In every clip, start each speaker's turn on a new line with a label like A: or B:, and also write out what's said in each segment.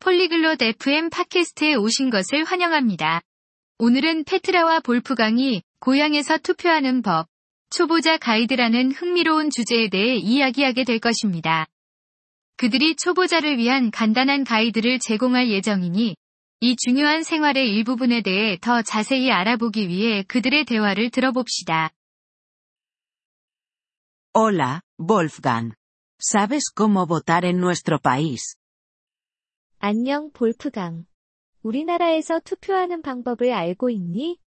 A: 폴리글롯 FM 팟캐스트에 오신 것을 환영합니다. 오늘은 페트라와 볼프강이 고향에서 투표하는 법, 초보자 가이드라는 흥미로운 주제에 대해 이야기하게 될 것입니다. 그들이 초보자를 위한 간단한 가이드를 제공할 예정이니 이 중요한 생활의 일부분에 대해 더 자세히 알아보기 위해 그들의 대화를 들어봅시다.
B: Hola, Wolfgang. ¿Sabes cómo votar en nuestro país?
C: 안녕 볼프강. 우리나라에서 투표하는 방법을 알고 있니?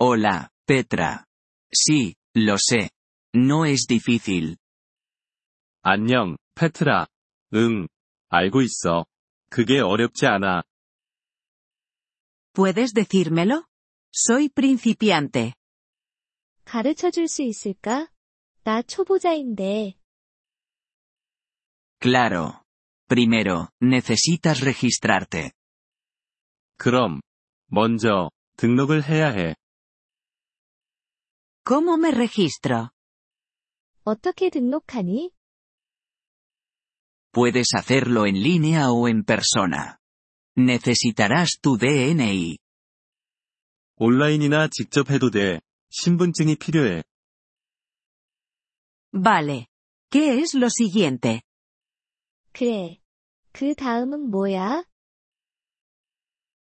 D: Hola, Petra. Sí, lo sé. No es difícil.
E: 안녕, 페트라. 응, 알고 있어. 그게 어렵지 않아.
B: ¿Puedes decírmelo? Soy principiante.
C: 가르쳐 줄 수 있을까? 나 초보자인데.
D: Claro. Primero, necesitas registrarte.
E: 그럼, 먼저, 등록을 해야 해.
B: ¿Cómo me registro?
C: 어떻게 등록하니?
D: Puedes hacerlo en línea o en persona. Necesitarás tu DNI.
E: 온라인이나 직접 해도 돼. 신분증이 필요해.
B: Vale. ¿Qué es lo siguiente?
C: 그래. 그 다음은 뭐야?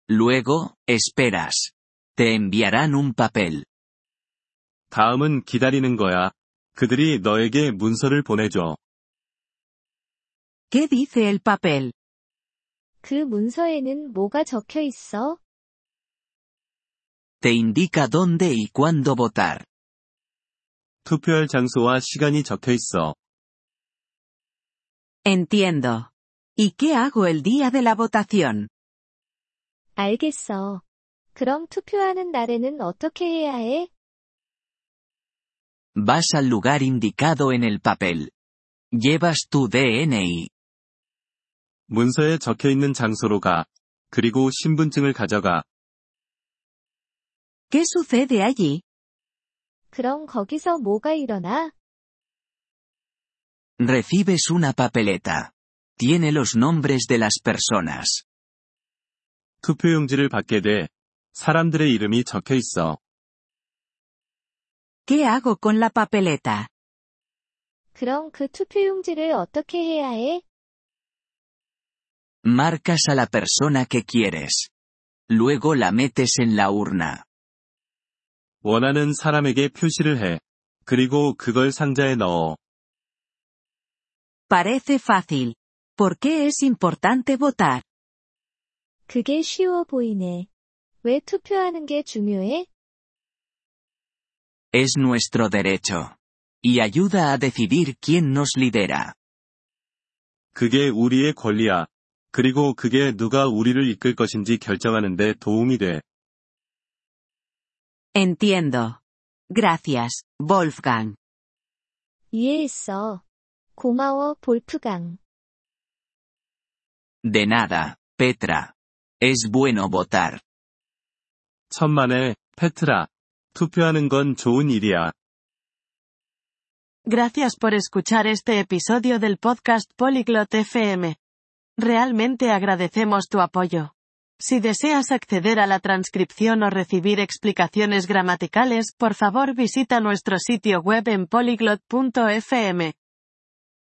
D: Luego, esperas. Te enviarán un papel.
E: 다음은 기다리는 거야. 그들이 너에게 문서를 보내줘.
B: ¿Qué dice el papel?
C: 그 문서에는 뭐가 적혀 있어?
D: Te indica dónde y cuándo votar.
E: 투표할 장소와 시간이 적혀 있어.
B: Entiendo. ¿Y qué hago el día de la votación?
C: 알겠어. 그럼 투표하는 날에는 어떻게 해야 해?
D: Vas al lugar indicado en el papel. Llevas tu DNI.
E: 문서에 적혀 있는 장소로 가. 그리고 신분증을 가져가.
B: ¿Qué sucede allí?
C: 그럼 거기서 뭐가 일어나?
D: Recibes una papeleta. Tiene los nombres de las personas.
E: 투표용지를 받게 돼. 사람들의 이름이 적혀 있어.
B: ¿Qué hago con la papeleta?
C: 그럼 그 투표용지를 어떻게 해야 해?
D: Marcas a la persona que quieres. Luego la metes en la urna.
E: 원하는 사람에게 표시를 해. 그리고 그걸 상자에 넣어.
B: Parece fácil. ¿Por qué es importante votar?
C: 그게 쉬워 보이네. 왜 투표하는 게 중요해?
D: Es nuestro derecho. Y ayuda a decidir quién nos lidera.
E: 그게 우리의 권리야. 그리고 그게 누가 우리를 이끌 것인지 결정하는데 도움이 돼.
B: Entiendo. Gracias, Wolfgang.
C: 이해했어. 고마워, 볼프강.
D: De nada, Petra. Es bueno votar.
E: 천만에, 페트라. 투표하는 건 좋은 일이야.
F: Gracias por escuchar este episodio del podcast Polyglot FM. Realmente agradecemos tu apoyo. Si deseas acceder a la transcripción o recibir explicaciones gramaticales, por favor visita nuestro sitio web en polyglot.fm.